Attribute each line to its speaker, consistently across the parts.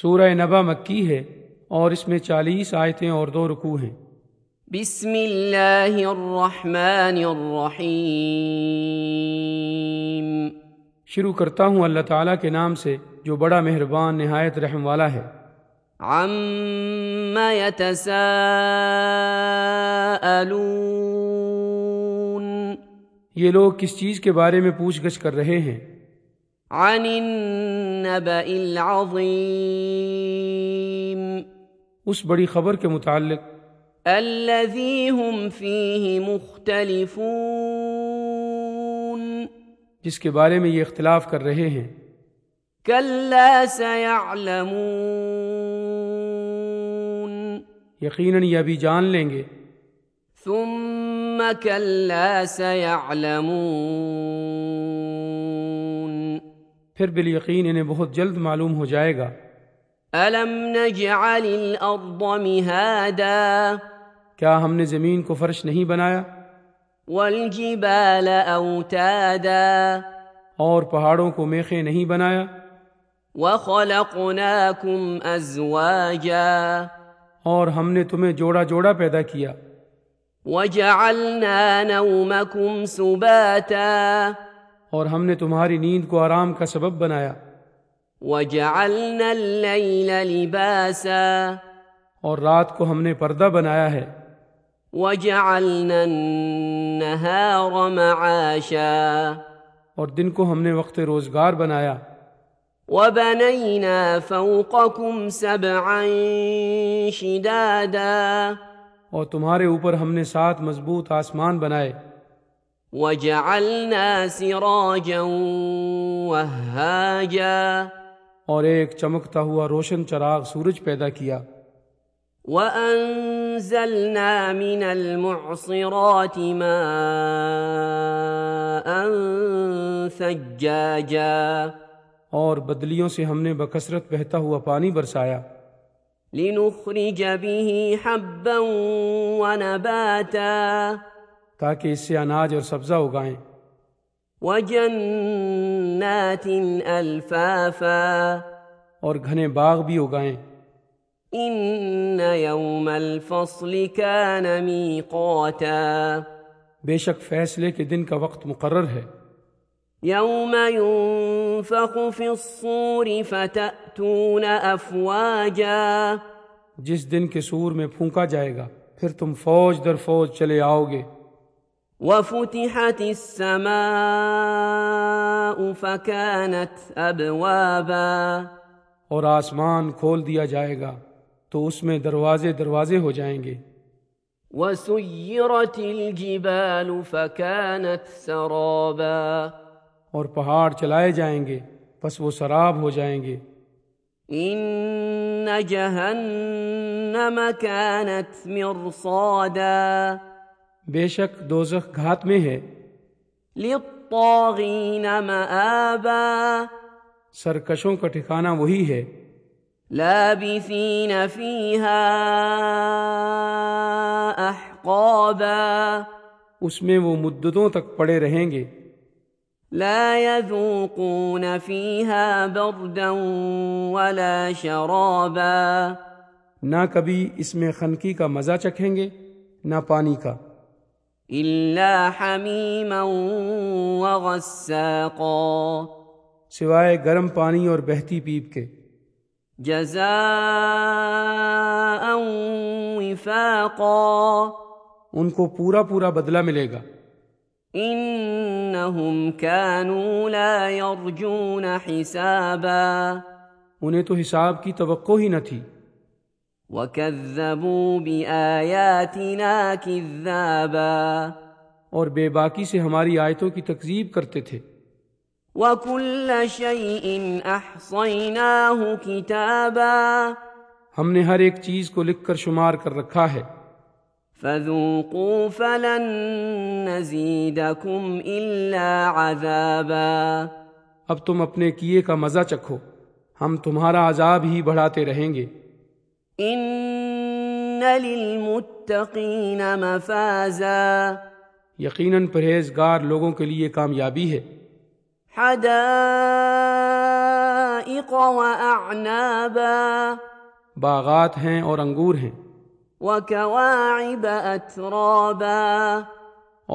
Speaker 1: سورہ نبا مکی ہے اور اس میں چالیس آیتیں اور دو رکوع ہیں
Speaker 2: بسم اللہ الرحمن الرحیم
Speaker 1: شروع کرتا ہوں اللہ تعالیٰ کے نام سے جو بڑا مہربان نہایت رحم والا ہے
Speaker 2: عم يتساءلون
Speaker 1: یہ لوگ کس چیز کے بارے میں پوچھ گچھ کر رہے ہیں
Speaker 2: عن النبأ العظيم
Speaker 1: اس بڑی خبر کے متعلق
Speaker 2: الذي هم فيه مختلفون
Speaker 1: جس کے بارے میں یہ اختلاف کر رہے ہیں
Speaker 2: كلا سيعلمون
Speaker 1: یقیناً یہ ابھی جان لیں گے
Speaker 2: ثم كلا سيعلمون
Speaker 1: پھر بالیقین انہیں بہت جلد معلوم ہو جائے گا
Speaker 2: ألم نجعل الأرض مهادا
Speaker 1: کیا ہم نے زمین کو فرش نہیں بنایا
Speaker 2: والجبال أوتادا
Speaker 1: اور پہاڑوں کو میخیں نہیں بنایا
Speaker 2: وخلقناكم أزواجا
Speaker 1: اور ہم نے تمہیں جوڑا جوڑا پیدا کیا
Speaker 2: وجعلنا نومكم سباتا
Speaker 1: اور ہم نے تمہاری نیند کو آرام کا سبب بنایا
Speaker 2: وجعلنا الليل لباسا
Speaker 1: اور رات کو ہم نے پردہ بنایا ہے
Speaker 2: وجعلنا النهار معاشا
Speaker 1: اور دن کو ہم نے وقت روزگار بنایا
Speaker 2: وبنينا فوقكم سبعا شدادا
Speaker 1: اور تمہارے اوپر ہم نے سات مضبوط آسمان بنائے
Speaker 2: وجعلنا سراجا وهاجا
Speaker 1: اور ایک چمکتا ہوا روشن چراغ سورج پیدا کیا
Speaker 2: وأنزلنا من المعصرات ماء ثجاجا
Speaker 1: اور بدلیوں سے ہم نے بکثرت بہتا ہوا پانی برسایا
Speaker 2: لنخرج به حبا ونباتا
Speaker 1: تاکہ اس سے اناج اور سبزہ اگائیں
Speaker 2: وجنات ألفافا
Speaker 1: اور گھنے باغ بھی اگائیں
Speaker 2: إن يوم الفصل كان ميقاتا
Speaker 1: بے شک فیصلے کے دن کا وقت مقرر ہے
Speaker 2: يوم ينفخ في الصور فتأتون أفواجا
Speaker 1: جس دن کے سور میں پھونکا جائے گا پھر تم فوج در فوج چلے آؤ گے
Speaker 2: وفتحت السماء فكانت أبوابا
Speaker 1: اور آسمان کھول دیا جائے گا تو اس میں دروازے دروازے ہو جائیں گے
Speaker 2: وسيرت الجبال فكانت سرابا
Speaker 1: اور پہاڑ چلائے جائیں گے پس وہ سراب ہو جائیں گے
Speaker 2: إن جهنم كانت مرصادا
Speaker 1: بے شک دوزخ گھات میں ہے
Speaker 2: للطاغين مآبا
Speaker 1: سرکشوں کا ٹھکانہ وہی ہے
Speaker 2: لابثين فيها أحقابا
Speaker 1: اس میں وہ مدتوں تک پڑے رہیں گے
Speaker 2: لا يذوقون فيها بردا ولا شرابا
Speaker 1: نہ کبھی اس میں خنکی کا مزہ چکھیں گے نہ پانی کا
Speaker 2: إلا حميما وغساقا
Speaker 1: سوائے گرم پانی اور بہتی پیپ کے
Speaker 2: جزاء وفاقا
Speaker 1: ان کو پورا پورا بدلہ ملے گا
Speaker 2: إنهم كانوا لا يرجون حسابا
Speaker 1: انہیں تو حساب کی توقع ہی نہ تھی
Speaker 2: وكذبوا بآياتنا كذابا
Speaker 1: اور بے باکی سے ہماری آیتوں کی تکذیب کرتے تھے
Speaker 2: وكل شيء أحصيناه كتابا
Speaker 1: ہم نے ہر ایک چیز کو لکھ کر شمار کر رکھا ہے
Speaker 2: فذوقوا فلن نزيدكم إلا عذابا
Speaker 1: اب تم اپنے کیے کا مزہ چکھو ہم تمہارا عذاب ہی بڑھاتے رہیں گے
Speaker 2: إن للمتقين مفازا
Speaker 1: یقیناً پرہیزگار لوگوں کے لیے کامیابی ہے
Speaker 2: حدائق حدائق وأعنابا
Speaker 1: باغات ہیں اور انگور ہیں
Speaker 2: وكواعب أترابا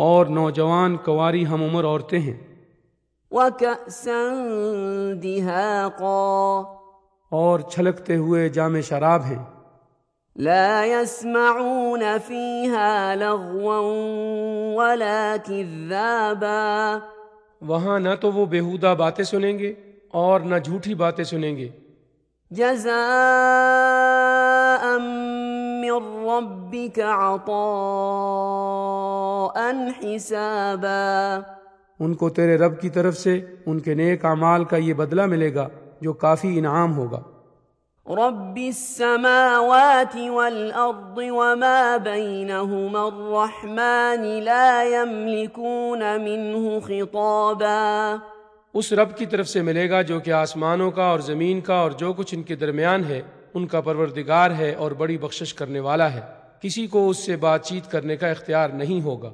Speaker 1: اور نوجوان کواری ہم عمر عورتیں ہیں
Speaker 2: وكأسا دهاقا
Speaker 1: اور چھلکتے ہوئے جام شراب ہیں
Speaker 2: لا يسمعون فيها لغوا ولا كذابا
Speaker 1: وہاں نہ تو وہ بےحودہ باتیں سنیں گے اور نہ جھوٹی باتیں سنیں گے
Speaker 2: جزاء من ربك عطاء حسابا
Speaker 1: ان کو تیرے رب کی طرف سے ان کے نیک اعمال کا یہ بدلہ ملے گا جو کافی انعام ہوگا
Speaker 2: رب السماوات والأرض وما بينهما الرحمن لا يملكون منه خطابا
Speaker 1: اس رب کی طرف سے ملے گا جو کہ آسمانوں کا اور زمین کا اور جو کچھ ان کے درمیان ہے ان کا پروردگار ہے اور بڑی بخشش کرنے والا ہے کسی کو اس سے بات چیت کرنے کا اختیار نہیں ہوگا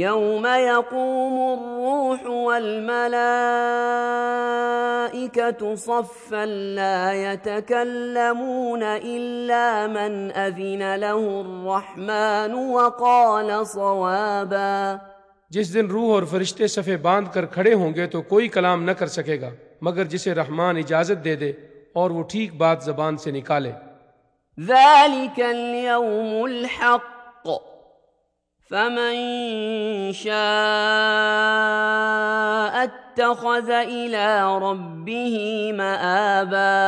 Speaker 2: يوم يقوم الروح والملائكة صفا لا يتكلمون إلا من أذن له الرحمن وقال صوابا
Speaker 1: جس دن روح اور فرشتے صفے باندھ کر کھڑے ہوں گے تو کوئی کلام نہ کر سکے گا مگر جسے رحمان اجازت دے دے اور وہ ٹھیک بات زبان سے نکالے
Speaker 2: ذلك اليوم الحق فمن شاء اتخذ إلى ربه مآبا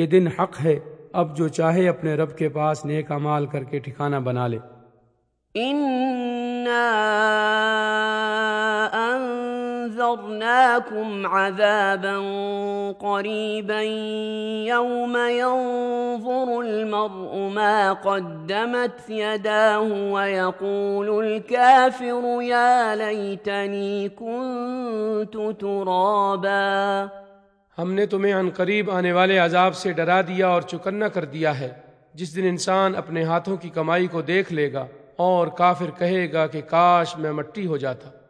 Speaker 1: یہ دن حق ہے اب جو چاہے اپنے رب کے پاس نیک اعمال کر کے ٹھکانہ بنا لے
Speaker 2: إنا أنذرناكم عذابا قريبا يوم ينظر المرء ما قدمت يداه ويقول الكافر يا ليتني كنت ترابا
Speaker 1: ہم نے تمہیں عن قریب آنے والے عذاب سے ڈرا دیا اور چکنا کر دیا ہے جس دن انسان اپنے ہاتھوں کی کمائی کو دیکھ لے گا اور کافر کہے گا کہ کاش میں مٹی ہو جاتا